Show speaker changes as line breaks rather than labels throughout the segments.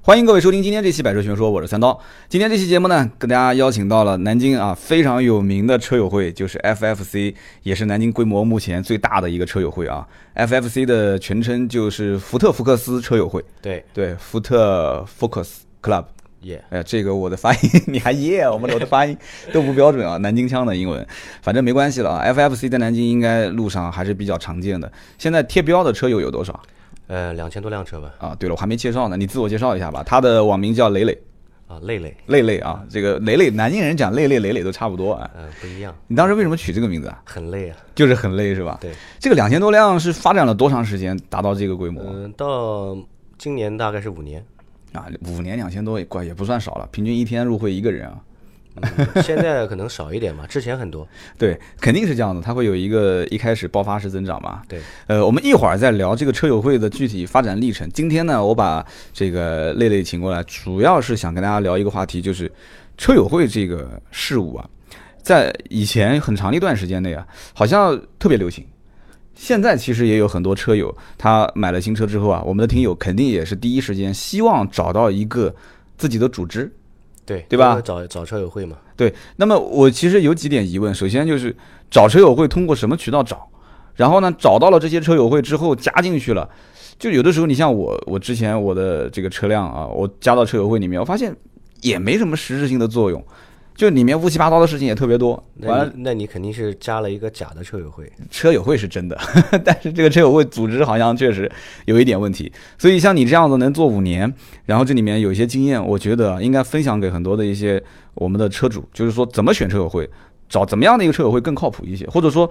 欢迎各位收听今天这期《百车全说》，我是三刀。今天这期节目呢，跟大家邀请到了南京啊非常有名的车友会，就是 FFC，也是南京规模目前最大的一个车友会啊。FFC 的全称就是福特福克斯车友会，
对，
对，福特 Focus Club。
耶、
哎，这个我的发音，你还耶？我们我的发音都不标准啊， 南京腔的英文，反正没关系了啊。FFC 在南京应该路上还是比较常见的。现在贴标的车友有多少
呃，两千多辆车吧，
啊？对了，我还没介绍呢，你自我介绍一下吧。他的网名叫磊磊，
啊，累累，
磊磊啊，这个磊磊，南京人讲磊磊磊磊都差不多啊。
嗯、不一样，
你当时为什么取这个名字啊？
很累啊。
就是很累是吧？
对，
这个两千多辆是发展了多长时间达到这个规模
嗯、到今年大概是五年，
啊？五年两千多也怪也不算少了，平均一天入会一个人啊。
嗯现在可能少一点吧， 之前很多。
对，肯定是这样的，它会有一个一开始爆发式增长嘛。
对，
呃，我们一会儿再聊这个车友会的具体发展历程。今天呢，我把这个类类请过来，主要是想跟大家聊一个话题，就是车友会这个事物啊，在以前很长一段时间内啊，好像特别流行。现在其实也有很多车友，他买了新车之后啊，我们的听友肯定也是第一时间希望找到一个自己的组织，
对，
对吧
都是找找车友会嘛，
对，那么我其实有几点疑问，首先就是找车友会通过什么渠道找？然后呢，找到了这些车友会之后加进去了，就有的时候你像我，我之前我的这个车辆啊，我加到车友会里面，我发现也没什么实质性的作用，就里面乌七八糟的事情也特别多。完
那
了，
你那你肯定是加了一个假的车友会，
车友会是真的， 但是这个车友会组织好像确实有一点问题。所以像你这样子能做五年，然后这里面有一些经验，我觉得应该分享给很多的一些我们的车主，就是说怎么选车友会，找怎么样的一个车友会更靠谱一些，或者说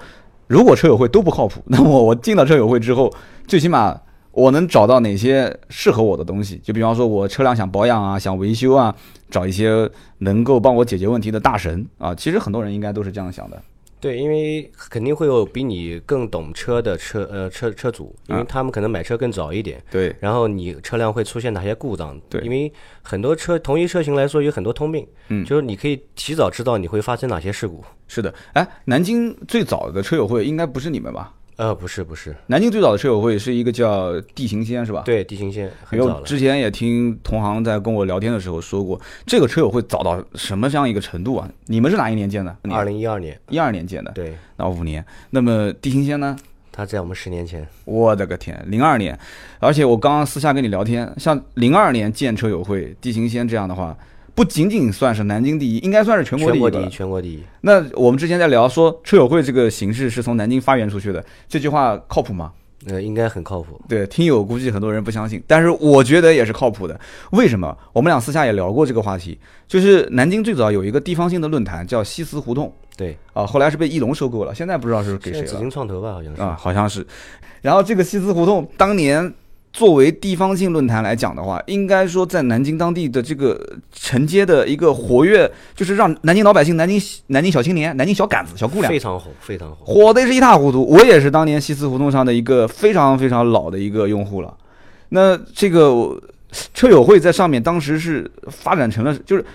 如果车友会都不靠谱， 那么我进了车友会之后，最起码我能找到哪些适合我的东西，就比方说我车辆想保养啊，想维修啊，找一些能够帮我解决问题的大神啊。其实很多人应该都是这样想的。
对，因为肯定会有比你更懂车的车呃车车主，因
啊
为他们可能买车更早一点，
对，
然后你车辆会出现哪些故障？
对
因为很多车同一车型来说有很多通病，嗯，就是你可以提早知道你会发生哪些事故。
是的，哎，南京最早的车友会应该不是你们吧？
呃，不是不是，
南京最早的车友会是一个叫地形仙，是吧？
对，地形线很
因为
早
我
了。
之前也听同行在跟我聊天的时候说过，这个车友会早到什么样一个程度啊？你们是哪一年建的？
二零一二年，
一二年建的，
对，
那五年。那么地形仙呢？
他在我们十年前，
我的个天，零二年，而且我刚刚私下跟你聊天，像零二年建车友会、地形仙这样的话，不仅仅算是南京第一，应该算是全国第
全
一
国
吧。
第一，全国第一。
那我们之前在聊说车友会这个形式是从南京发源出去的，这句话靠谱吗？
呃，应该很靠谱。
对，听友估计很多人不相信，但是我觉得也是靠谱的。为什么？我们俩私下也聊过这个话题，就是南京最早有一个地方性的论坛叫西祠胡同
对，
啊，后来是被翼龙收购了，现在不知道是给
现在
谁
紫
了
金创投吧，好像是。
啊，好像是。然后这个西祠胡同当年作为地方性论坛来讲的话，应该说在南京当地的这个承接的一个活跃，就是让南京老百姓、南京南京小青年、南京小杆子、小姑娘
非常红，非常红。
火的是一塌糊涂。我也是当年西四胡同上的一个非常非常老的一个用户了。那这个我车友会在上面当时是发展成了，就是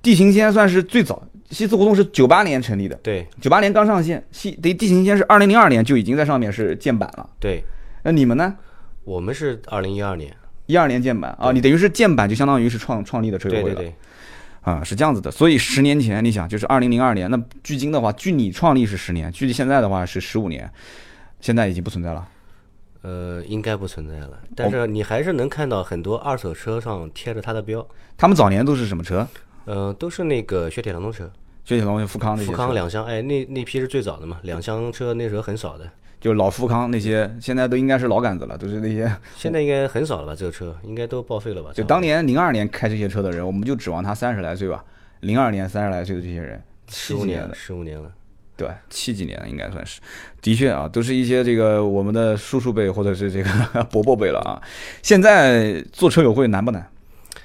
地形先算是最早，西四胡同是九八年成立的，
对
九八年刚上线，西地地形先是二零零二年就已经在上面是建版了。
对，
那你们呢？
我们是二零一二年。
一二年建版啊，你等于是建版，就相当于是创创立的车友
对
会
对
了
对，
啊，是这样子的。所以十年前，你想就是二零零二年，那距今的话，距你创立是十年，距离现在的话是十五年，现在已经不存在了。
呃，应该不存在了。
哦
但是你还是能看到很多二手车上贴着它的标，
他们早年都是什么车？
呃，都是那个雪铁龙的车，
雪铁龙、富康那些
富
车，
康两厢，哎，那那批是最早的嘛，两厢车那时候很少的，
就老富康那些，现在都应该是老杆子了，都是那 些
现在应该很少了吧？这个车应该都报废了吧？
就当年零二年开这些车的人，我们就指望他三十来岁吧，零二年三十来岁的这些人，七
十五
几
年
年
了，
的，
十五年了。
对，七几年的应该算是，的确啊，都是一些这个我们的叔叔辈或者是这个 伯伯辈了啊。现在做车友会难不难？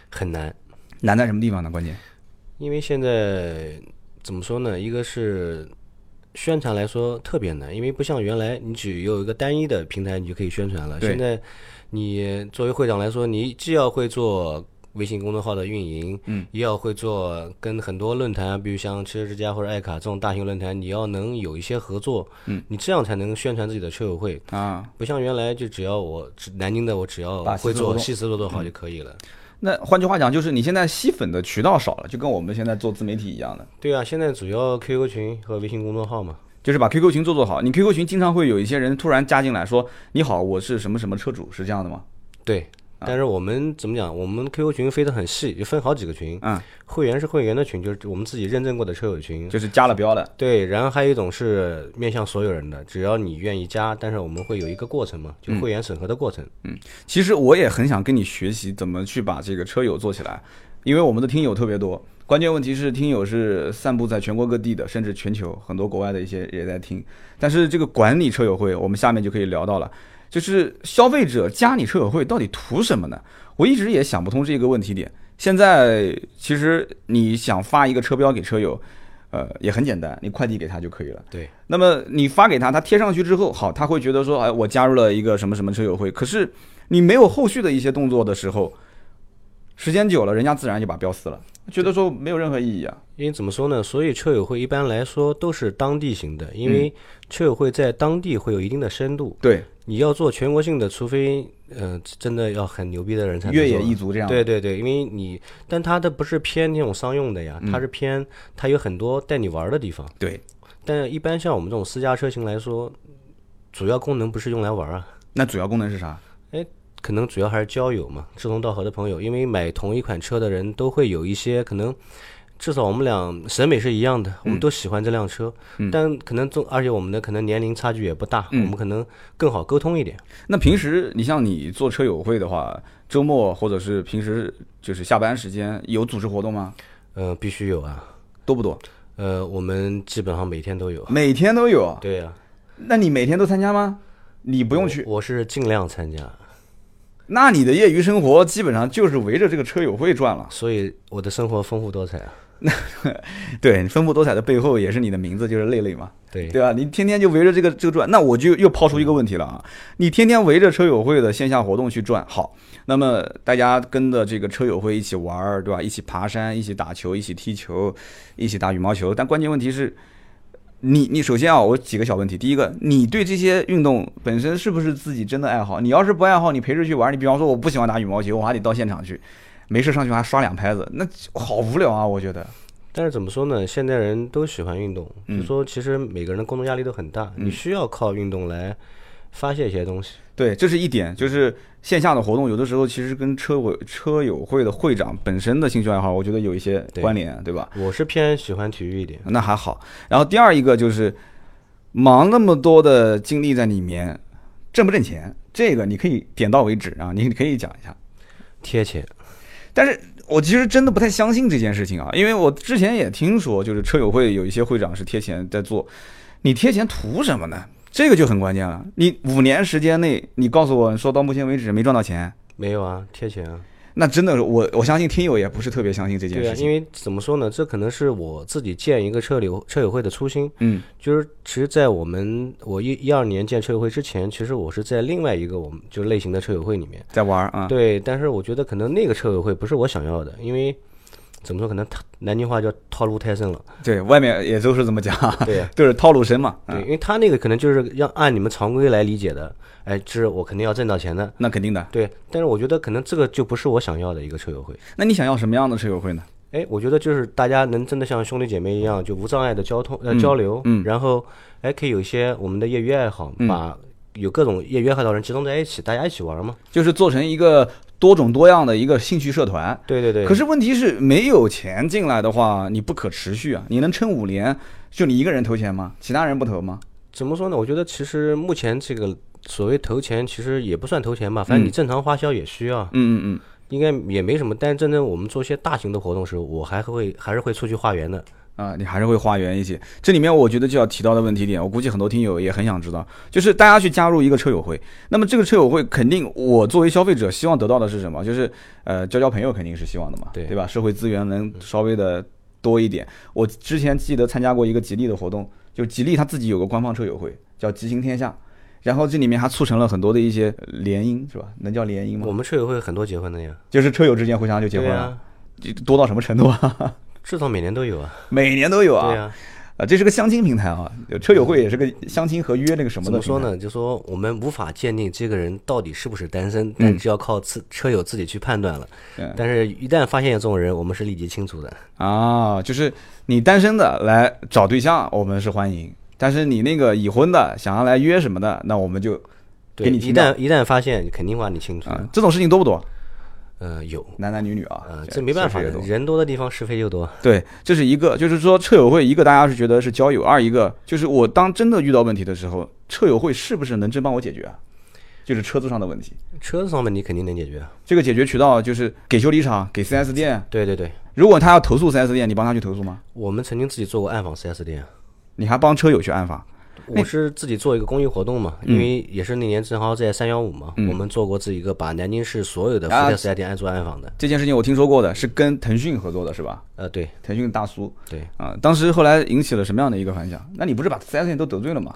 很难，
难在什么地方呢？关键
因为现在怎么说呢？一个是宣传来说特别难，因为不像原来你只有一个单一的平台你就可以宣传了。
对
现在你作为会长来说，你既要会做微信公众号的运营，嗯，也要会做跟很多论坛，比如像汽车之家或者爱卡这种大型论坛，你要能有一些合作，嗯，你这样才能宣传自己的车友会。
啊，
不像原来就只要我只南京的，我只要
把西
会
斯
做
活动
嗯细思做做好就可以了。
那换句话讲，就是你现在吸粉的渠道少了，就跟我们现在做自媒体一样的，
对啊，现在主要 QQ 群和微信公众号嘛。
就是把 QQ 群做做好。你 QQ 群经常会有一些人突然加进来说：“你好，我是什么什么车主，是这样的吗
对，但是我们怎么讲？我们 QQ 群飞得很细，就分好几个群。
嗯，
会员是会员的群，就是我们自己认证过的车友？”群。
就是加了标的。
对，然后还有一种是面向所有人的，只要你愿意加，但是我们会有一个过程嘛，
嗯
就会员审核的过程。
其实我也很想跟你学习怎么去把这个车友做起来，因为我们的听友特别多。关键问题是，听友是散布在全国各地的，甚至全球很多国外的一些也在听。但是这个管理车友会，我们下面就可以聊到了，就是消费者加你车友会到底图什么呢？我一直也想不通这个问题点。现在其实你想发一个车标给车友，呃，也很简单，你快递给他就可以了。
对，
那么你发给他，他贴上去之后，好，他会觉得说，哎，我加入了一个什么什么车友会。可是你没有后续的一些动作的时候，时间久了，人家自然就把标撕 了，觉得说没有任何意义啊。
因为怎么说呢？所以车友会一般来说都是当地型
嗯
的，因为车友会在当地会有一定的深度。
对，
你要做全国性的，除非呃真的要很牛逼的人才能
越野
做
一族这样，
对对对，因为你，但它的不是偏那种商用的
嗯
呀，它是偏它有很多带你玩儿的地方。
对，
但一般像我们这种私家车型来说，主要功能不是用来玩儿啊，
那主要功能是啥？
可能主要还是交友嘛，志同道合的朋友。因为买同一款车的人都会有一些可能，至少我们俩审美是一样的，我
嗯
们都喜欢这辆车，但可能中，而且我们的可能年龄差距也不大，
嗯
我们可能更好沟通一点。
那平时你像你做车友会的话，周末或者是平时就是下班时间有组织活动吗？
呃，必须有啊，
多不多？
呃，我们基本上每天都有。
每天都有啊。
对呀、
那你每天都参加吗？你不用去，
我，我是尽量参加，
那你的业余生活基本上就是围着这个车友会转了。
所以我的生活丰富多彩啊。
对，丰富多彩的背后也是你的名字，就是累累嘛，
对，
对吧？你天天就围着这个这个转，那我就又抛出一个问题了啊！你天天围着车友会的线下活动去转，好，那么大家跟着这个车友会一起玩儿，对吧？一起爬山，一起打球，一起踢球，一起打羽毛球。但关键问题是，你你首先啊，我几个小问题。第一个，你对这些运动本身是不是自己真的爱好？你要是不爱好，你陪着去玩儿，你比方说我不喜欢打羽毛球，我还得到现场去，没事上去还刷两拍子，那好无聊啊！我觉得，
但是怎么说呢？现代人都喜欢运动，
嗯
就说其实每个人的工作压力都很大，你需要靠运动来发泄一些东西。
对，这是一点，就是线下的活动，有的时候其实跟车委车友会的会长本身的兴趣爱好，我觉得有一些关联，对吧？
我是偏喜欢体育一点，
那还好。然后第二一个就是忙那么多的精力在里面，挣不挣钱，这个你可以点到为止啊，你可以讲一下。
贴钱。
但是我其实真的不太相信这件事情啊，因为我之前也听说，就是车友会有一些会长是贴钱在做，你贴钱图什么呢？这个就很关键了。你五年时间内，你告诉我说到目前为止没赚到钱，
没有啊，贴钱啊！
那真的，我我相信听友也不是特别相信这件
对啊
事，情。
因为怎么说呢，这可能是我自己建一个车友车友会的初心。
嗯，
就是其实，在我们我一一二年建车友会之前，其实我是在另外一个我们就是类型的车友会里面。
在玩儿啊，
对，但是我觉得可能那个车友会不是我想要的，因为怎么说，可能他南京话叫套路太深 了。
对外面也都是这么 讲，
对呀
就是套路深嘛。
对，因为他那个可能就是要按你们常规来理解的，哎，这我肯定要挣到钱的。
那肯定的。
对，但是我觉得可能这个就不是我想要的一个车友会。
那你想要什么样的车友会呢？
哎，我觉得就是大家能真的像兄弟姐妹一样，就无障碍的交通呃交流，嗯，然后哎可以有一些我们的业余爱好，把有各种业余爱好的人集中在一起，大家一起玩嘛。
就是做成一个多种多样的一个兴趣社团。
对对对，
可是问题是，没有钱进来的话，你不可持续啊！你能撑五年，就你一个人投钱吗？其他人不投吗？
怎么说呢？我觉得其实目前这个所谓投钱，其实也不算投钱吧，反正你正常花销也需要，
嗯嗯
应该也没什么。但是真正我们做一些大型的活动时，候，我还会还是会出去化缘的。
嗯，啊，你还是会花园一些。这里面我觉得就要提到的问题点，我估计很多听友也很想知道，就是大家去加入一个车友会，那么这个车友会肯定，我作为消费者希望得到的是什么？就是呃，交交朋友肯定是希望的嘛，
对
吧？社会资源能稍微的多一点。我之前记得参加过一个吉利的活动，就吉利它自己有个官方车友会，叫“吉行天下”，然后这里面还促成了很多的一些联姻，是吧？能叫联姻吗
我？们车友会有很多结婚的呀，
就是车友之间互相就结婚
对
了，
啊，
就多到什么程度啊？
至少每年都有啊。
每年都有啊。
对呀、
啊，这是个相亲平台啊，车友会也是个相亲合约那个什么
怎
的。
么说？呢？就说我们无法鉴定这个人到底是不是单身，但只要靠自车友自己去判断了。
嗯
但是，一旦发现有这种人，我们是立即清除的。
啊，就是你单身的来找对象，我们是欢迎；但是你那个已婚的想要来约什么的，那我们就
对，
给你
一
听到
旦一旦发现，肯定把你清除。
啊，这种事情多不多？
呃，有，
男男女女啊，
呃，这没办法
确
的
实也多，
人多的地方是非就多。
对，这是一个，就是说车友会，一个大家是觉得是交友，二一个就是我当真的遇到问题的时候，车友会是不是能真帮我解决啊？就是车子上的问题，
车子上面你肯定能解决啊。
这个解决渠道就是给修理厂、给 4S 店。
对对对，
如果他要投诉 4S 店，你帮他去投诉吗？
我们曾经自己做过暗访 4S 店，
你还帮车友去暗访？
我是自己做一个公益活动嘛，因为也是那年正好在三幺五嘛，我们做过自己一个把南京市所有的福
啊
特 4S 店按做暗访的。
这件事情我听说过的，是跟腾讯合作的，是吧？
呃，对
腾讯大叔
对，
啊，当时后来引起了什么样的一个反响？那你不是把 4S 店都得罪了吗？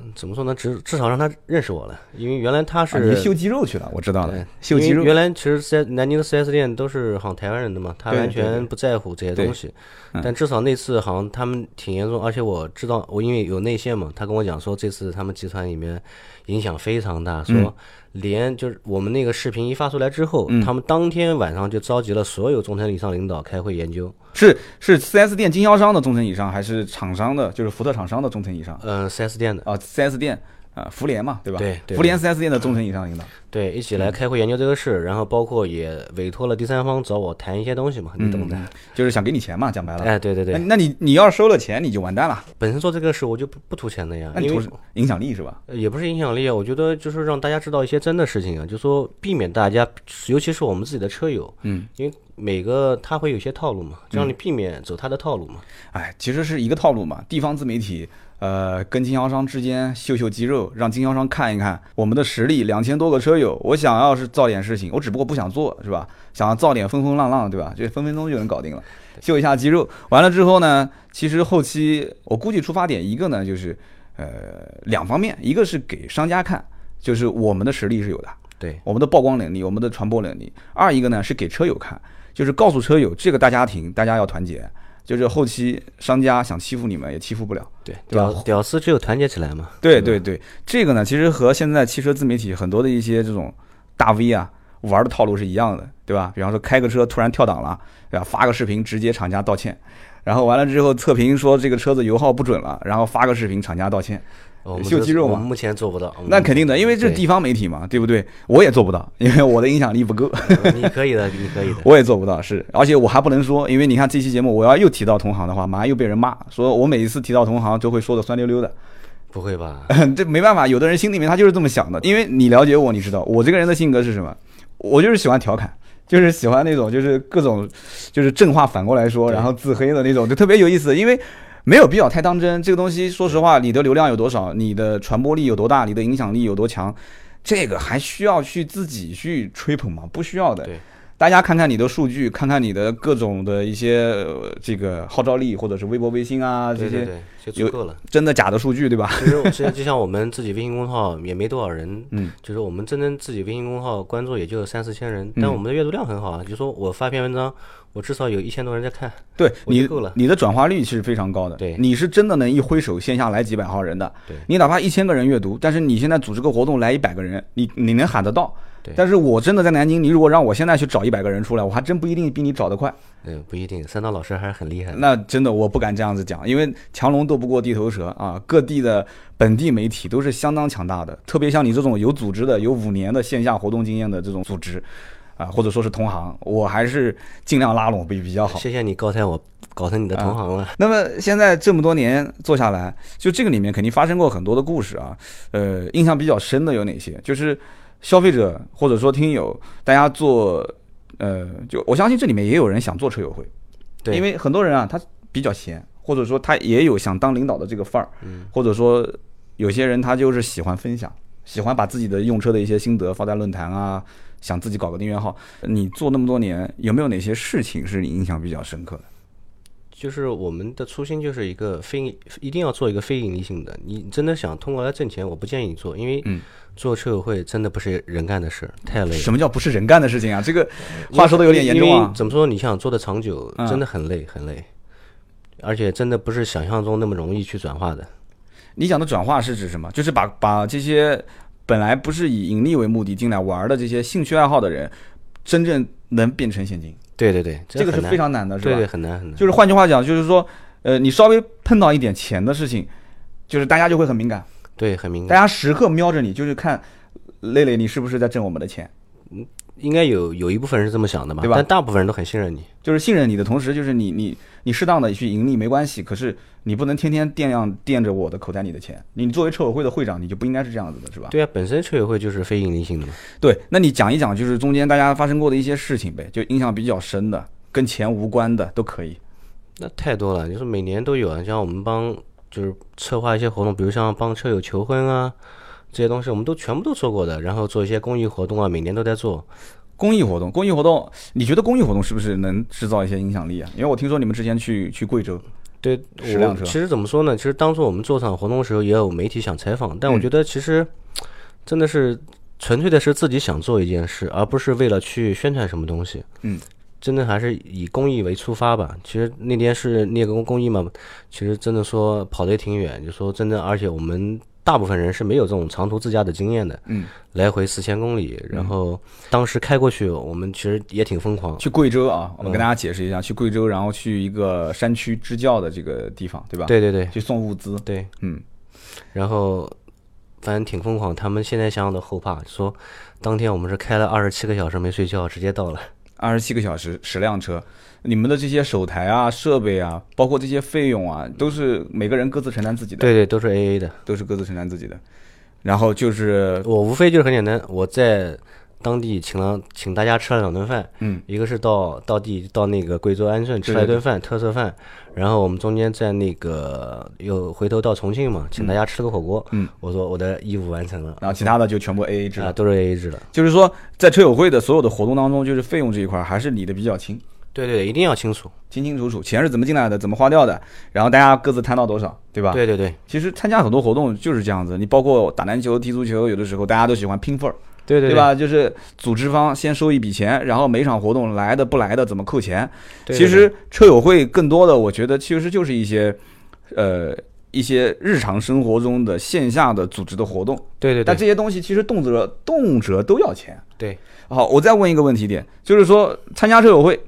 嗯怎么说呢？至至少让他认识我了，因为原来他
啊你
是
秀肌肉去了，我知道
对
了，秀肌
因为
肉。
原来其实在南京的 4S 店都是好像台湾人的嘛，他
对
完
对嗯
全不在乎这些东西。但至少那次好像他们挺严重，而且我知道我因为有内线嘛，他跟我讲说这次他们集团里面影响非常大，
嗯
说连就是我们那个视频一发出来之后，他们当天晚上就召集了所有中层以上领导开会研究。
是是 4S 店经销商的中层以上，还是厂商的，就是福特厂商的中层以上？
嗯，4S 店的
啊，4S 店啊，福联嘛，对吧？
对对
福联 4S 店的中层以上领导。
对一起
嗯
来开会研究这个事，然后包括也委托了第三方找我谈一些东西嘛，你
嗯
懂的。
就是想给你钱嘛，讲白了。
哎，对对对
那，那你你要收了钱，你就完蛋了，
本身做这个事我就不不图钱的呀，
那你
因
图
为
什么影响力是吧？
呃也不是影响力啊，我觉得就是让大家知道一些真的事情啊，就说避免大家，尤其是我们自己的车友，嗯，因为每个他会有些套路嘛，就
嗯
让你避免走他的套路嘛。
哎，其实是一个套路嘛，地方自媒体。呃，跟经销商之间秀秀肌肉，让经销商看一看我们的实力。两千多个车友，我想要是造点事情，我只不过不想做，是吧？想要造点风风浪浪，对吧？这分分钟就能搞定了，秀一下肌肉。完了之后呢，其实后期我估计出发点一个呢就是，呃，两方面，一个是给商家看，就是我们的实力是有的，
对，
我们的曝光能力，我们的传播能力。二一个呢是给车友看，就是告诉车友这个大家庭，大家要团结。就是后期商家想欺负你们也欺负不了。
对，
对啊吧
屌屌丝只有团结起来嘛。
对对对，这个呢其实和现在汽车自媒体很多的一些这种大 V 啊玩的套路是一样的，对吧？比方说开个车突然跳档了，对吧？发个视频直接厂家道歉，然后完了之后测评说这个车子油耗不准了，然后发个视频厂家道歉。
我们
秀
这
肌肉嘛
我们目前做不到，我们
那肯定的，因为这是
对
地方媒体嘛，对不对？我也做不到，因为我的影响力不够。
嗯你可以的，你可以的。
我也做不到，是，而且我还不能说，因为你看这期节目，我要又提到同行的话，马上又被人骂，说我每一次提到同行都会说的酸溜溜的，
不会吧？
这没办法，有的人心里面他就是这么想的，因为你了解我，你知道我这个人的性格是什么，我就是喜欢调侃。就是喜欢那种，就是各种，就是正话反过来说，然后自黑的那种，就特别有意思。因为没有必要太当真，这个东西，说实话，你的流量有多少，你的传播力有多大，你的影响力有多强，这个还需要去自己去吹捧吗？不需要的。
对，
大家看看你的数据，看看你的各种的一些、呃这个号召力，或者是微博、微信啊这
对对
些
对，就足够了。
真的假的数据，对吧？
其实我其实就像我们自己微信公众号也没多少人，
嗯，
就是我们真正自己微信公众号关注也就三四千人，
嗯
但我们的阅读量很好啊。就说我发篇文章，我至少有一千多人在看，
对
我就
你
够了
你的转化率是非常高的，
对
你是真的能一挥手线下来几百号人的
对，
你哪怕一千个人阅读，但是你现在组织个活动来一百个人，你你能喊得到
对。
但是我真的在南京，你如果让我现在去找一百个人出来，我还真不一定比你找得快。
嗯，不一定。三刀老师还是很厉害的，
那真的我不敢这样子讲，因为强龙斗不过地头蛇啊！各地的本地媒体都是相当强大的，特别像你这种有组织的、有五年的线下活动经验的这种组织，啊，或者说是同行，我还是尽量拉拢比比较好。
谢谢你高抬我，搞成你的同行了。
那么现在这么多年做下来，就这个里面肯定发生过很多的故事啊。呃，印象比较深的有哪些？就是消费者或者说听友，大家做，呃，就我相信这里面也有人想做车友会，
对
因为很多人啊，他比较闲，或者说他也有想当领导的这个范儿，或者说有些人他就是喜欢分享，喜欢把自己的用车的一些心得放在论坛啊，想自己搞个订阅号。你做那么多年，有没有哪些事情是你印象比较深刻的？
就是我们的初心就是一个非一定要做一个非盈利性的，你真的想通过来挣钱，我不建议你做，因为
嗯
做车友会真的不是人干的事，太累了。
什么叫不是人干的事情啊？这个话说的有点严重
因为
啊。
怎么说？你想做的长久，
嗯
真的很累，很累。而且真的不是想象中那么容易去转化的。
你讲的转化是指什么？就是把把这些本来不是以盈利为目的进来玩的这些兴趣爱好的人，真正能变成现金，
对对对，
这个是
很难
非常难的，是吧？
对对很难很难。
就是换句话讲，就是说，呃，你稍微碰到一点钱的事情，就是大家就会很敏感，
对，很敏
大
感，
家时刻瞄着你，就是看磊磊你是不是在挣我们的钱，
应该有有一部分人是这么想的吧？
对吧
但大部分人都很信任你。
就是信任你的同时，就是你你你适当的去盈利没关系，可是你不能天天惦量惦着我的口袋里的钱。你作为车委会的会长，你就不应该是这样子的，是吧？
对啊，本身车友会就是非盈利性的嘛。
对，那你讲一讲，就是中间大家发生过的一些事情呗，就印象比较深的，跟钱无关的都可以。
那太多了，就是每年都有啊，像我们帮就是策划一些活动，比如像帮车友求婚啊这些东西，我们都全部都做过的。然后做一些公益活动啊，每年都在做。
公益活动，公益活动，你觉得公益活动是不是能制造一些影响力啊？因为我听说你们之前去去贵州，
对，
十辆
我
车
其实怎么说呢？其实当初我们做场活动的时候，也有媒体想采访，
嗯
但我觉得其实真的是纯粹的是自己想做一件事，而不是为了去宣传什么东西。
嗯，
真的还是以公益为出发吧。其实那天是聂工公益嘛，其实真的说跑得也挺远，就说真的，而且我们大部分人是没有这种长途自驾的经验的，
嗯，
来回四千公里，然后当时开过去，我们其实也挺疯狂。
去贵州啊，我们跟大家解释一下，去贵州，然后去一个山区支教的这个地方，对吧？，
对对对
去送物资，
对，
嗯，
然后反正挺疯狂。他们现在想想都后怕，说当天我们是开了二十七个小时没睡觉，直接到了。
二十七个小时，十辆车，你们的这些手台啊、设备啊，包括这些费用啊，都是每个人各自承担自己的，
对对，都是 A A 的。
都是各自承担自己的。然后就是
我无非就是很简单，我在当地请了请大家吃了两顿饭，
嗯，
一个是到到地到那个贵州安顺吃了一顿饭特色饭，然后我们中间在那个又回头到重庆嘛，请大家吃了个火锅，
嗯，
我说我的义务完成了，
然后其他的就全部 AA 制
啊
了。
都是 A A 制的。
就是说，在车友会的所有的活动当中，就是费用这一块儿还是理得比较清，
对对对，一定要清楚。
清清楚楚，钱是怎么进来的，怎么花掉的，然后大家各自摊到多少，对吧？。
对对对
其实参加很多活动就是这样子，你包括打篮球、踢足球，有的时候大家都喜欢拼份儿，
对
对
对？
吧？就是组织方先收一笔钱，然后每场活动来的不来的怎么扣钱。
对
其实车友会更多的，我觉得其实就是一些，呃，一些日常生活中的线下的组织的活动，
对对
但
对
这些东西其实动辄动辄都要钱。
对，
好，我再问一个问题点，就是说参加车友会，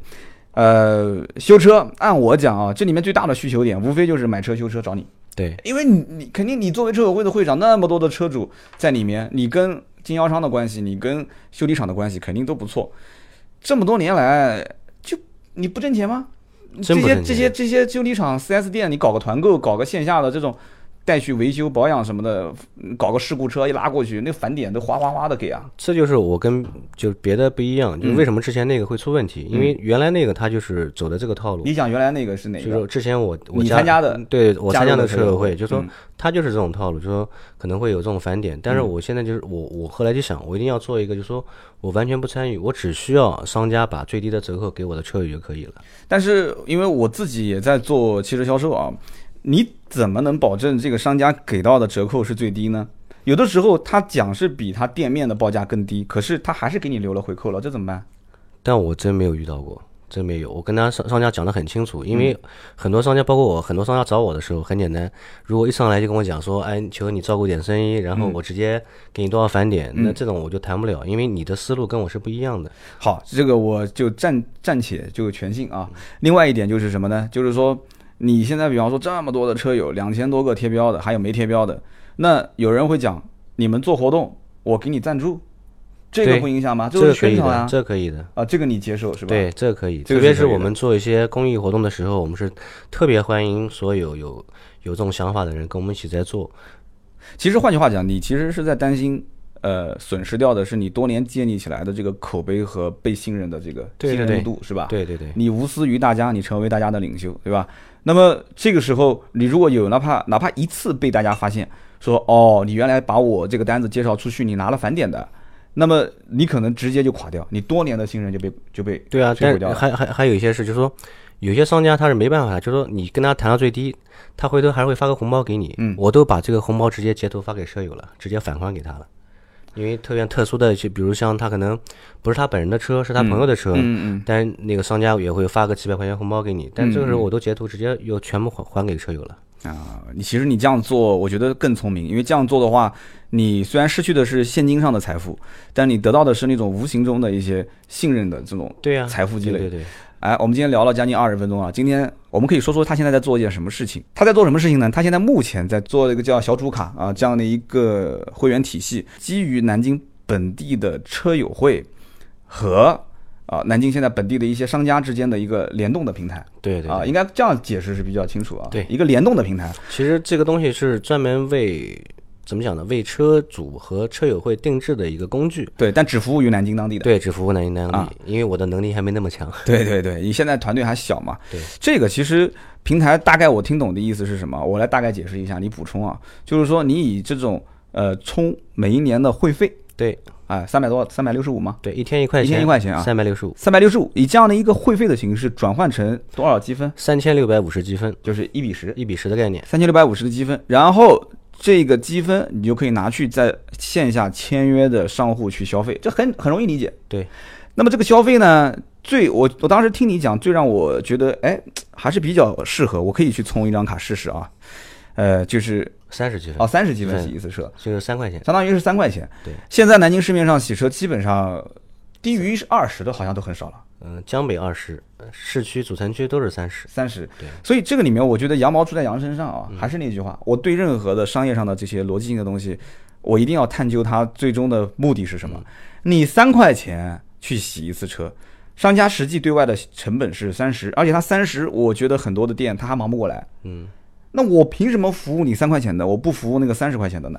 呃，修车，按我讲啊，这里面最大的需求点无非就是买车修车找你，
对
因为你你肯定你作为车友会的会长，那么多的车主在里面，你跟经销商的关系，你跟修理厂的关系肯定都不错，这么多年来就你不挣钱吗？这
真不
些
挣
这
钱
些这些修理厂、4S 店，你搞个团购，搞个线下的这种带去维修保养什么的，嗯搞个事故车一拉过去，那返点都哗哗哗的给啊。
这就是我跟就别的不一样，
嗯
就是为什么之前那个会出问题，因为原来那个他就是走的这个套路，
你讲原来那个嗯是哪
就
个
是？之前我我
你参加的
对我参加的车
加
友
入的车友会
会，就说
嗯
他就是这种套路，就说可能会有这种返点，但是我现在就是我我后来就想，我一定要做一个，就说我完全不参与，我只需要商家把最低的折扣给我的车友就可以了。
但是因为我自己也在做汽车销售啊，你怎么能保证这个商家给到的折扣是最低呢？有的时候他讲是比他店面的报价更低，可是他还是给你留了回扣了，这怎么办？
但我真没有遇到过，真没有。我跟他商商家讲得很清楚，因为很多商家，包括我，很多商家找我的时候很简单，如果一上来就跟我讲说，哎，求你照顾点生意，然
嗯
后我直接给你多少返点，那这种我就谈不了，因为你的思路跟我是不一样的。
好，这个我就暂暂且就全信啊。另外一点就是什么呢？就是说你现在比方说这么多的车友，两千多个贴标的，还有没贴标的，那有人会讲你们做活动，我给你赞助，这个
对
不影响吗？
这
是
个可以
宣传
的
啊，，
这可以的。
啊，这个你接受是吧？
对，这个可以，
这
特
个
别
是
是
可以
我
的
们做一些公益活动的时候，我们是特别欢迎所有有有这种想法的人跟我们一起在做。
其实换句话讲，你其实是在担心，呃，损失掉的是你多年建立起来的这个口碑和被信任的这个
对
信任
对对
度，是吧？
对对对，
你无私于大家，你成为大家的领袖，对吧？那么这个时候，你如果有哪怕哪怕一次被大家发现，说哦，你原来把我这个单子介绍出去，你拿了返点的，那么你可能直接就垮掉，你多年的信任就被就被
对啊，
摧
但
毁掉了。
还还还有一些事，就是说，有些商家他是没办法，就是说你跟他谈到最低，他回头还会发个红包给你。嗯，我都把这个红包直接截图发给舍友了，直接返还给他了。因为特别特殊的，就比如像他可能不是他本人的车，是他朋友的车，
嗯嗯，
但是那个商家也会发个几百块钱红包给你，但这个时候我都截图直接又全部还还给车友了。
啊，你其实你这样做，我觉得更聪明，因为这样做的话，你虽然失去的是现金上的财富，但你得到的是那种无形中的一些信任的这种
对呀、
财富积累。
对对对，
哎，我们今天聊了将近二十分钟啊，今天我们可以说说他现在在做一件什么事情。他在做什么事情呢？他现在目前在做一个叫小主卡啊这样的一个会员体系，基于南京本地的车友会和啊南京现在本地的一些商家之间的一个联动的平台
对对对
啊，应该这样解释是比较清楚啊。
对
一个联动的平台。
其实这个东西是专门为怎么讲呢？为车主和车友会定制的一个工具。
对，但只服务于南京当地的。
对，只服务南京当地，
啊
因为我的能力还没那 么强。
对对对，你现在团队还小嘛？
对，
这个其实平台大概我听懂的意思是什么？我来大概解释一下，你补充啊，就是说你以这种呃充每一年的会费
对
啊，三百多，三百六十五吗？
对，一天一块钱，
一天一块钱啊
三百六十五，
三百六十五，以这样的一个会费的形式转换成多少积分？
三千六百五十积分，
就是一比十，
一比十的概念。
三千六百五十的积分，然后。这个积分你就可以拿去在线下签约的商户去消费，这很很容易理解。
对，
那么这个消费呢，最我我当时听你讲，最让我觉得哎，还是比较适合，我可以去充一张卡试试啊。呃，就是
三十积分，
哦，三十积分洗一次车，
就是三块钱。
相当于是三块钱。
对，
现在南京市面上洗车基本上低于二十的，好像都很少了。
嗯，江北二十，市区主城区都是三十。
三十
对，嗯
所以这个里面，我觉得羊毛出在羊身上啊，还是那句话，我对任何的商业上的这些逻辑性的东西，我一定要探究它最终的目的是什
嗯
么。你三块钱去洗一次车，商家实际对外的成本是三十，而且他三十，我觉得很多的店他还忙不过来。
嗯，
那我凭什么服务你三块钱的，我不服务那个三十块钱的呢？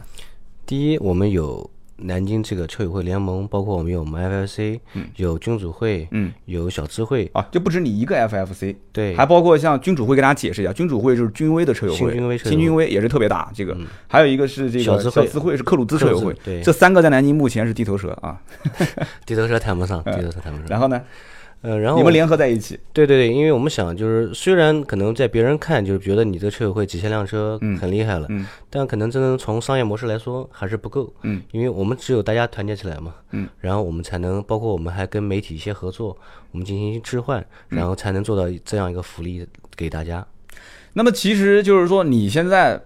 第一，我们有南京这个车友会联盟，包括我们有我们 FFC，、有君主会，
嗯，
有小智会，
啊，就不止你一个 FFC，
对，
还包括像君主会跟大家解释一下，君主会就是君威的车友
新
会，
君威车友会嗯
新君威也是特别大。这个、还有一个是这个
小资会
资会是克鲁兹车友会
克鲁兹，对
这三个在南京目前是地头蛇啊。
地头蛇谈不上，地头蛇谈不上。
然后呢，
呃，然
呃
后
你
我
们联合在一起，
对对对，因为我们想就是，虽然可能在别人看就是觉得你这车友会几千辆车
嗯
很厉害了，但可能真的从商业模式来说还是不够，
嗯，
因为我们只有大家团结起来嘛，
嗯，
然后我们才能包括我们还跟媒体一些合作，我们进行置换，
嗯
然后才能做到这样一个福利给大家。
那么其实就是说你现在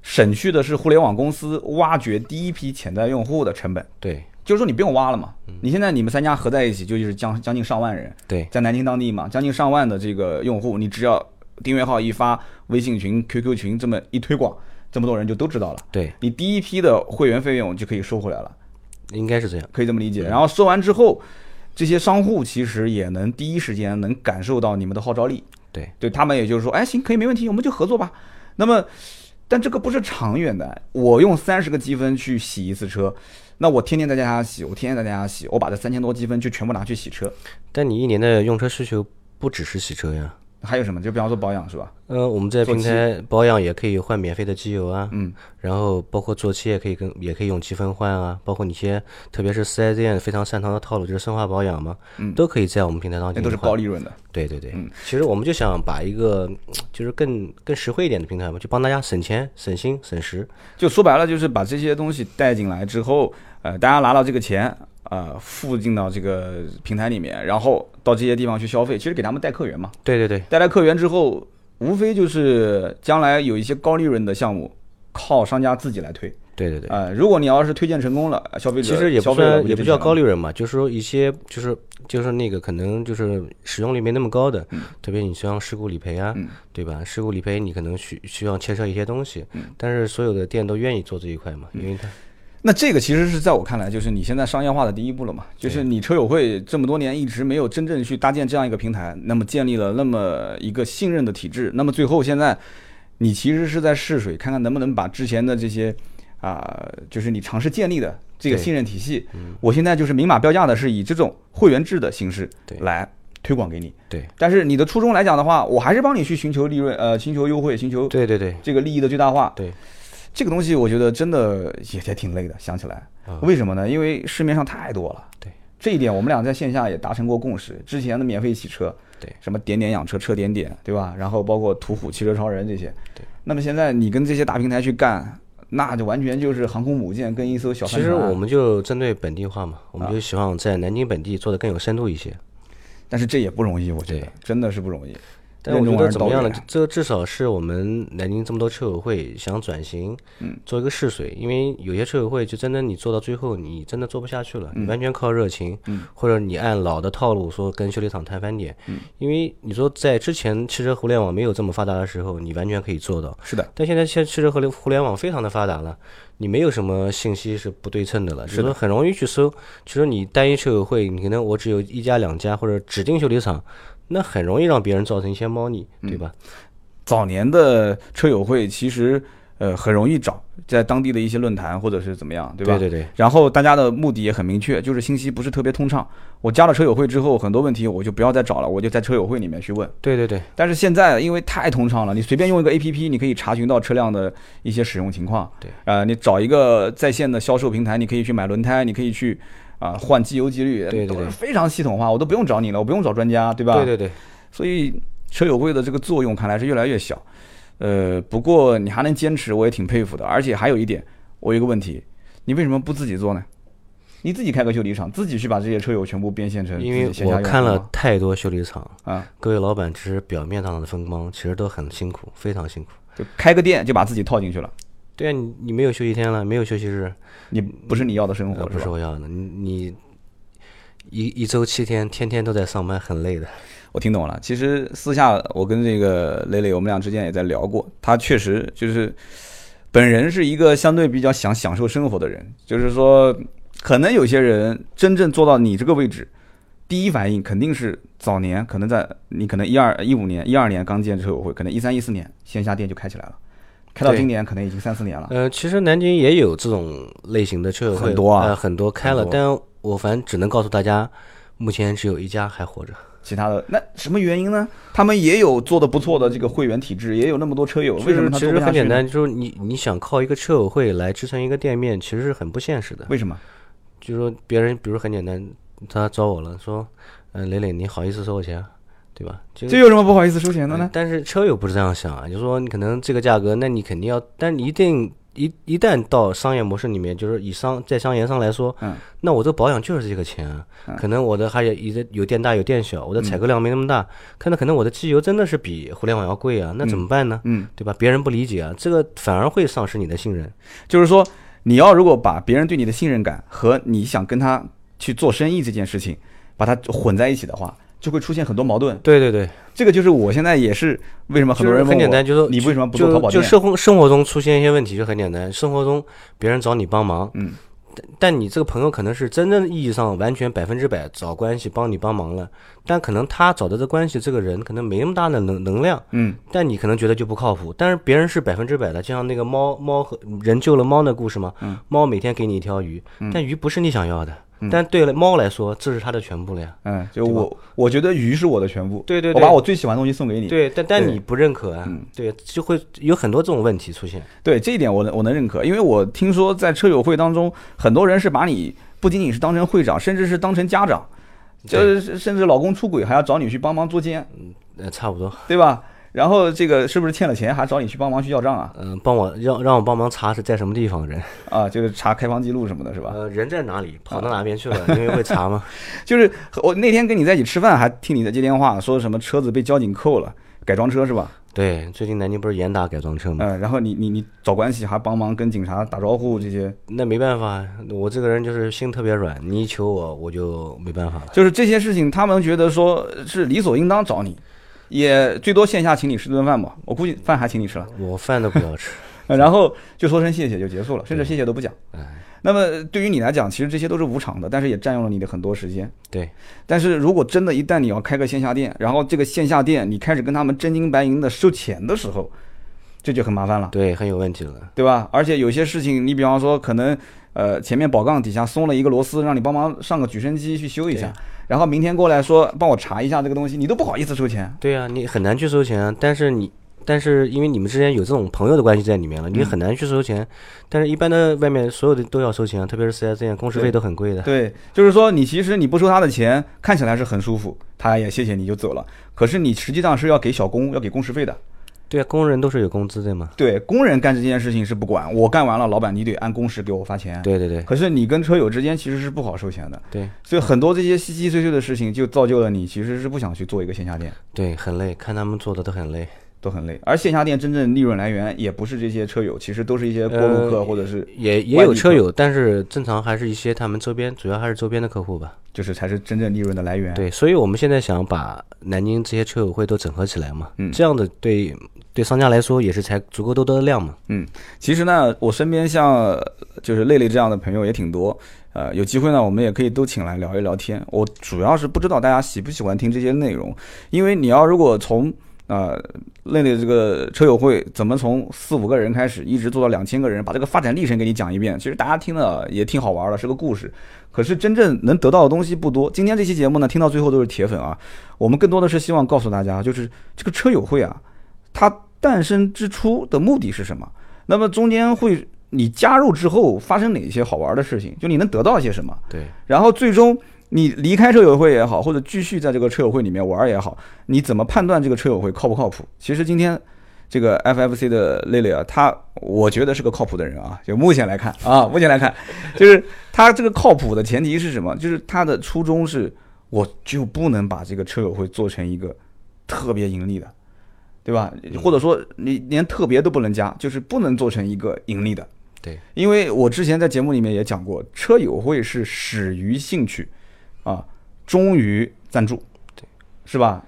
省去的是互联网公司挖掘第一批潜在用户的成本，
对
就是说你不用挖了嘛。
嗯
你现在你们三家合在一起，就是将将近上万人，
对
在南京当地嘛，将近上万的这个用户，你只要订阅号一发，微信群、QQ 群这么一推广，这么多人就都知道了。
对，
你第一批的会员费用就可以收回来了，
应该是这样。
可以这么理解。然后收完之后，这些商户其实也能第一时间能感受到你们的号召力，
对
对他们也就是说，哎，行，可以，没问题，我们就合作吧。那么，但这个不是长远的。我用三十个积分去洗一次车，那我天天在家洗，我天天在家洗，我把这三千多积分就全部拿去洗车，
但你一年的用车需求不只是洗车呀。
还有什么？就比方说保养是吧？
呃，我们在
做
平
漆
台保养也可以换免费的机油啊，
嗯，
然后包括做漆也可以跟也可以用积分换啊，包括你一些特别是四 S 店非常擅长的套路就是深化保养嘛，嗯，都可以在我们平台上
那
进
都
行
是
换
高。利润的。
对对对，其实我们就想把一个嗯就是更更实惠一点的平台嘛，就帮大家省钱、省心、省时。
就说白了，就是把这些东西带进来之后，呃，大家拿到这个钱，呃，付进到这个平台里面，然后到这些地方去消费，其实给他们带客源嘛。
对对对，
带来客源之后，无非就是将来有一些高利润的项目，靠商家自己来推。
对对对。
呃，如果你要是推荐成功了，消费者
其实也
消
不
费了
算，也不叫高
利。
利润嘛，就是说一些就是就是那个可能就是使用率没那么高的，
嗯
特别你像事故理赔啊，对吧？事故理赔你可能需需要牵涉一些东西，
嗯
但是所有的店都愿意做这一块嘛，因为它
那这个其实是在我看来，就是你现在商业化的第一步了嘛，就是你车友会这么多年一直没有真正去搭建这样一个平台，那么建立了那么一个信任的体制，那么最后现在你其实是在试水，看看能不能把之前的这些啊、就是你尝试建立的这个
对嗯
信任体系，我现在就是明码标价的是以这种会员制的形式
对
来推广给你，
对
但是你的初衷来讲的话，我还是帮你去寻求利润，呃，寻求优惠，寻求
对对对
这个利益的最大化，
对，
这个东西我觉得真的也也挺累的，想起来，为什么呢？因为市面上太多了。
嗯对，
这一点我们俩在线下也达成过共识。之前的免费洗车，
对，
什么点点养车、车点点，对吧？然后包括途虎、汽车超人这些，
对。
那么现在你跟这些大平台去干，那就完全就是航空母舰跟一艘小啊
其
帆
实
船。
我们就针对本地化嘛，我
啊
们就希望在南京本地做的更有深度一些。
但是这也不容易，我觉得真的是不容易。
但我
任
觉
重
得
而
怎么
道
样呢
远？啊
这至少是我们南京这么多车友会想转型，
嗯
做一个试水。因为有些车友会就真的你做到最后，你真的做不下去了，
嗯
你完全靠热情，或者你按老的套路说跟修理厂谈翻点。
嗯
因为你说在之前汽车互联网没有这么发达的时候，你完全可以做到。
是的，
但现在现在汽车互联互联网非常的发达了，你没有什么信息是不对称的了，就是说很容易去搜。其实你单一车友会，你可能我只有一家两家或者指定修理厂，那很容易让别人造成一些猫腻，
嗯
对吧？
早年的车友会其实呃很容易找，在当地的一些论坛或者是怎么样，对吧？
对对
然后大家的目的也很明确，就是信息不是特别通畅。我加了车友会之后，很多问题我就不要再找了，我就在车友会里面去问。
对对对
但是现在因为太通畅了，你随便用一个 A P P，你可以查询到车辆的一些使用情况。
对，
呃，你找一个在线的销售平台，你可以去买轮胎，你可以去啊、换机油机滤，
对对对
都是非常系统化，我都不用找你了，我不用找专家，对吧？
对对对，
所以车友会的这个作用看来是越来越小。呃，不过你还能坚持，我也挺佩服的。而且还有一点，我有一个问题，你为什么不自己做呢？你自己开个修理厂，自己去把这些车友全部变现成
因
自己
为
线下
我
用
看
户
了
吗
太多修理厂，
啊，
各位老板只是表面上的风光，其实都很辛苦，非常辛苦。
就开个店就把自己套进去了，
对啊，你你没有休息天了，没有休息日，
你不是你要的生活
呃，
是
不
吧
是？我要的。你你一一周七天，天天都在上班，很累的。
我听懂了。其实私下我跟这个磊磊，我们俩之间也在聊过，他确实就是本人是一个相对比较想享受生活的人，就是说，可能有些人真正做到你这个位置，第一反应肯定是早年可能在你可能一二一五年、一二年刚建车友会，可能一三一四年线下店就开起来了，开到
对
今年可能已经三四年了。
呃，其实南京也有这种类型的车友会，
啊很多啊
呃，很多开了，
很
但我反正只能告诉大家，目前只有一家还活着。
其他的那什么原因呢？他们也有做的不错的这个会员体制，也有那么多车友，为什么他
其
做
实
不下
很
去
简
呢？
单，就是你你想靠一个车友会来支撑一个店面，其实是很不现实的。
为什么？
就是说别人，比如很简单，他找我了，说，嗯、磊磊，你好意思收我钱啊，对吧？就
这有什么不好意思收钱的呢？
但是车友不是这样想啊，就说你可能这个价格，那你肯定要，但你一定一一旦到商业模式里面，就是以商在商言商来说，
嗯，
那我这保养就是这个钱啊，可能我的还有有的有店大有店小，我的采购量没那么大，看到可能我的机油真的是比互联网要贵啊，那怎么办呢？
嗯，
对吧？别人不理解啊，这个反而会丧失你的信任。
就是说，你要如果把别人对你的信任感和你想跟他去做生意这件事情，把它混在一起的话，就会出现很多矛盾。
对对对，
这个就是我现在也是为什么很多人问我，
很简单，就说
你为什啊么不
就
做淘宝
就
店？
生活生活中出现一些问题就很简单，生活中别人找你帮忙，
嗯
但，但你这个朋友可能是真正意义上完全百分之百找关系帮你帮忙了，但可能他找的这关系这个人可能没那么大的能能量，
嗯，
但你可能觉得就不靠谱，但是别人是百分之百的，就像那个猫猫和人救了猫的故事嘛，
嗯
猫每天给你一条鱼，但鱼不是你想要的，但对了猫来说这是它的全部了呀，
嗯，就我我觉得鱼是我的全部，
对对
我
对
把我最喜欢的东西送给你，
对，但但
对嗯
你不认可啊，对，就会有很多这种问题出现。
对这一点我能我能认可，因为我听说在车友会当中，很多人是把你不仅仅是当成会长，甚至是当成家长，就是甚至老公出轨还要找你去帮忙捉奸，
呃，差不多，
对吧？然后这个是不是欠了钱还找你去帮忙去要账啊？
嗯、帮我让让我帮忙查是在什么地方人，
啊，就是查开房记录什么的，是吧？啊
呃，人在哪里，跑到哪边去了，因为会 查嘛。
就是我那天跟你在一起吃饭，还听你在接电话，说什么车子被交警扣了，改装车是吧？
对，最近南京不是严打改装车嘛，
嗯，然后你你你找关系还帮忙跟警察打招呼这些，
那没办法，我这个人就是心特别软，你一求我，我就没办法了。
就是这些事情，他们觉得说是理所应当找你，也最多线下请你吃顿饭吧，我估计饭还请你吃了，
我饭都不要 吃，
呃然后就说声谢谢就结束了，甚至谢谢都不讲。那么对于你来讲，其实这些都是无偿的，但是也占用了你的很多时间。
对，
但是如果真的一旦你要开个线下店，然后这个线下店你开始跟他们真金白银的收钱的时候，这就很麻烦了，
对，很有问题了。
对吧？而且有些事情，你比方说可能呃前面保杠底下松了一个螺丝，让你帮忙上个举升机去修一下，然后明天过来说帮我查一下这个东西，你都不好意思收钱。
对啊，你很难去收钱啊，但是你。但是因为你们之间有这种朋友的关系在里面了，
嗯
你很难去收钱。但是一般的外面所有的都要收钱啊，特别是四 S 店，工时费
对
都很贵的。
对，就是说你其实你不收他的钱，看起来是很舒服，他也谢谢你就走了，可是你实际上是要给小工要给工时费的。
对啊，工人都是有工资的嘛。
对，工人干这件事情是不管，我干完了，老板你得按工时给我发钱。
对对对
可是你跟车友之间其实是不好收钱的，
对
所以很多这些稀稀碎碎的事情就造就了你其实是不想去做一个线下店，
对，很累，看他们做的都很累。
都很累。而线下店真正利润来源也不是这些车友，其实都是一些过路
呃
客或者是
也也有车友，但是正常还是一些他们周边，主要还是周边的客户吧。
就是才是真正利润的来源。啊
对，所以我们现在想把南京这些车友会都整合起来嘛，
嗯
这样的对对商家来说也是才足够多的量嘛。
嗯，其实呢，我身边像呃就是类类这样的朋友也挺多。呃，有机会呢，我们也可以都请来聊一聊天。我主要是不知道大家喜不喜欢听这些内容，因为你要如果从呃类类这个车友会怎么从四五个人开始，一直做到两千个人，把这个发展历程给你讲一遍，其实大家听了也挺好玩的，是个故事。可是真正能得到的东西不多。今天这期节目呢，听到最后都是铁粉啊，我们更多的是希望告诉大家，就是这个车友会啊，它诞生之初的目的是什么？那么中间会你加入之后发生哪些好玩的事情？就你能得到些什么？
对，
然后最终你离开车友会也好，或者继续在这个车友会里面玩也好，你怎么判断这个车友会靠不靠谱？其实今天这个 FFC 的蕾蕾啊，他我觉得是个靠谱的人啊，就目前来看啊，目前来看，就是他这个靠谱的前提是什么？就是他的初衷是，我就不能把这个车友会做成一个特别盈利的。对吧？或者说你连特别都不能加，就是不能做成一个盈利的。
对，
因为我之前在节目里面也讲过，车友会是始于兴趣，啊，忠于赞助，
对，
是吧？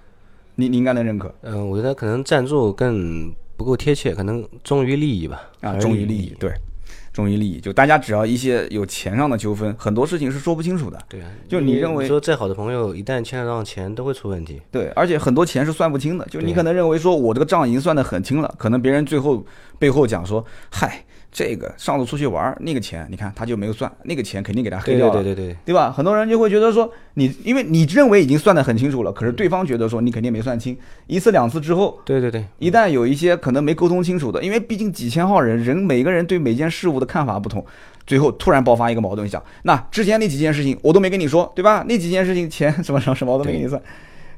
你你应该能认可
嗯、我觉得可能赞助更不够贴切，可能忠于利益吧。
啊，
还是
忠于利益，对，忠于利益，就大家只要一些有钱上的纠纷，很多事情是说不清楚的，
对啊，
就你认为
说再好的朋友，一旦牵扯到钱，都会出问题。
对，而且很多钱是算不清的，就是你
对
可能认为说我这个账已经算得很清了，可能别人最后背后讲说，嗨，这个上次出去玩儿那个钱，你看他就没有算，那个钱肯定给他啊黑
对
掉
对
了，
对对对，
对吧？很多人就会觉得说你，因为你认为已经算得很清楚了，可是
嗯
对方觉得说你肯定没算清，一次两次之后。
对对对，
一旦有一些可能没沟通清楚的，因为毕竟几千号人，人每个人对每件事物的看法不同，最后突然爆发一个矛盾，想那之前那几件事情我都没跟你说，对吧？那几件事情钱 什么什么什么我都没给你算，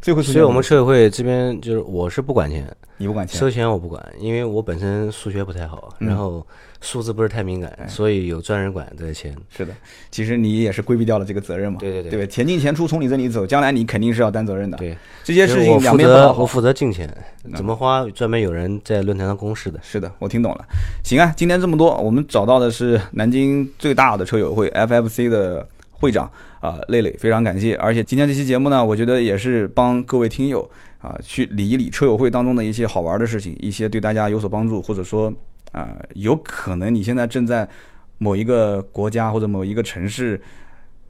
最后出现
所以我
矛
们
盾
车友会这边就是我是不管钱，
你不管钱，
收钱我不管，因为我本身数学不太好，
嗯
然后数字不是太敏
哎
感，所以有专人管这些钱。
是的，其实你也是规避掉了这个责任嘛，
对对对
对吧，钱进钱出从你这里走，将来你肯定是要担责任的。
对，
这些事
就是我
情两
负
边不
责我
好。
负责进钱，怎么花专门有人在论坛上公示的。
是的，我听懂了。行啊，今天这么多，我们找到的是南京最大的车友会 FFC 的会长啊、累累，非常感谢。而且今天这期节目呢，我觉得也是帮各位听友啊、去理一理车友会当中的一些好玩的事情，一些对大家有所帮助，或者说啊、有可能你现在正在某一个国家或者某一个城市。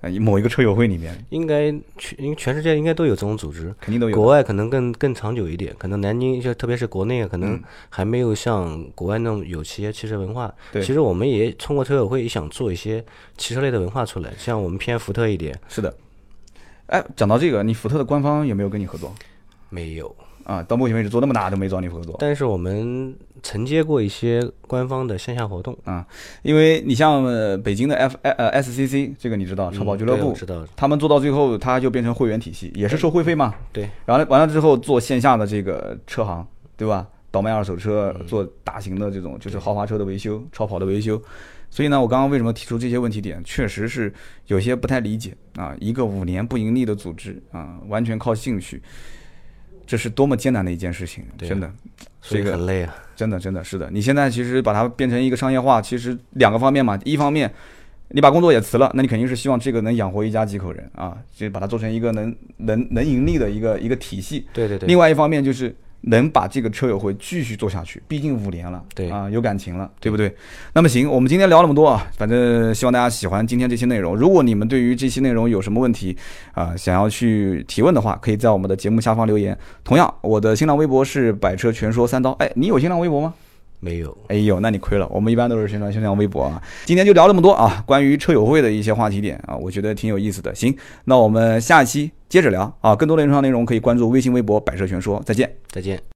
呃某一个车友会里面
应该全因为全世界应该都有这种组织，
肯定都有的，
国外可能更更长久一点，可能南京就特别是国内啊，可
嗯
能还没有像国外那么有企业汽车文化。
对
其实我们也通过车友会也想做一些汽车类的文化出来，像我们偏福特一点，
是的。哎，讲到这个，你福特的官方有没有跟你合作
没有。
啊？到目前为止做那么大都没找你合作，
但是我们承接过一些官方的线下活动，
因为你像呃北京的 F 呃 SCC 这个你知道超跑
嗯
俱乐
对我
部，
知道，
他们做到最后，它就变成会员体系，也是收会费嘛。
对，
然后完了之后做线下的这个车行，对吧？倒卖二手车，
嗯
做大型的这种就是豪华车的维修、超跑的维修。所以呢，我刚刚为什么提出这些问题点，确实是有些不太理解啊。一个五年不盈利的组织啊，完全靠兴趣，这是多么艰难的一件事情，
对啊
真的。
所以
这个
很累啊。
真的，真的是的。你现在其实把它变成一个商业化，其实两个方面嘛。一方面，你把工作也辞了，那你肯定是希望这个能养活一家几口人啊，就把它做成一个能能能盈利的一个一个体系。
对对对，
另外一方面就是能把这个车友会继续做下去，毕竟五年了，
对
啊，有感情了，对不对？那么行，我们今天聊那么多啊，反正希望大家喜欢今天这期内容。如果你们对于这期内容有什么问题啊、想要去提问的话，可以在我们的节目下方留言。同样，我的新浪微博是百车全说三刀。哎，你有新浪微博吗？
没有，
哎呦，那你亏了。我们一般都是宣传宣传微博啊。今天就聊这么多啊，关于车友会的一些话题点啊，我觉得挺有意思的。行，那我们下期接着聊啊。更多的原创内容可以关注微信、微博“百车全说”，再见。
再见。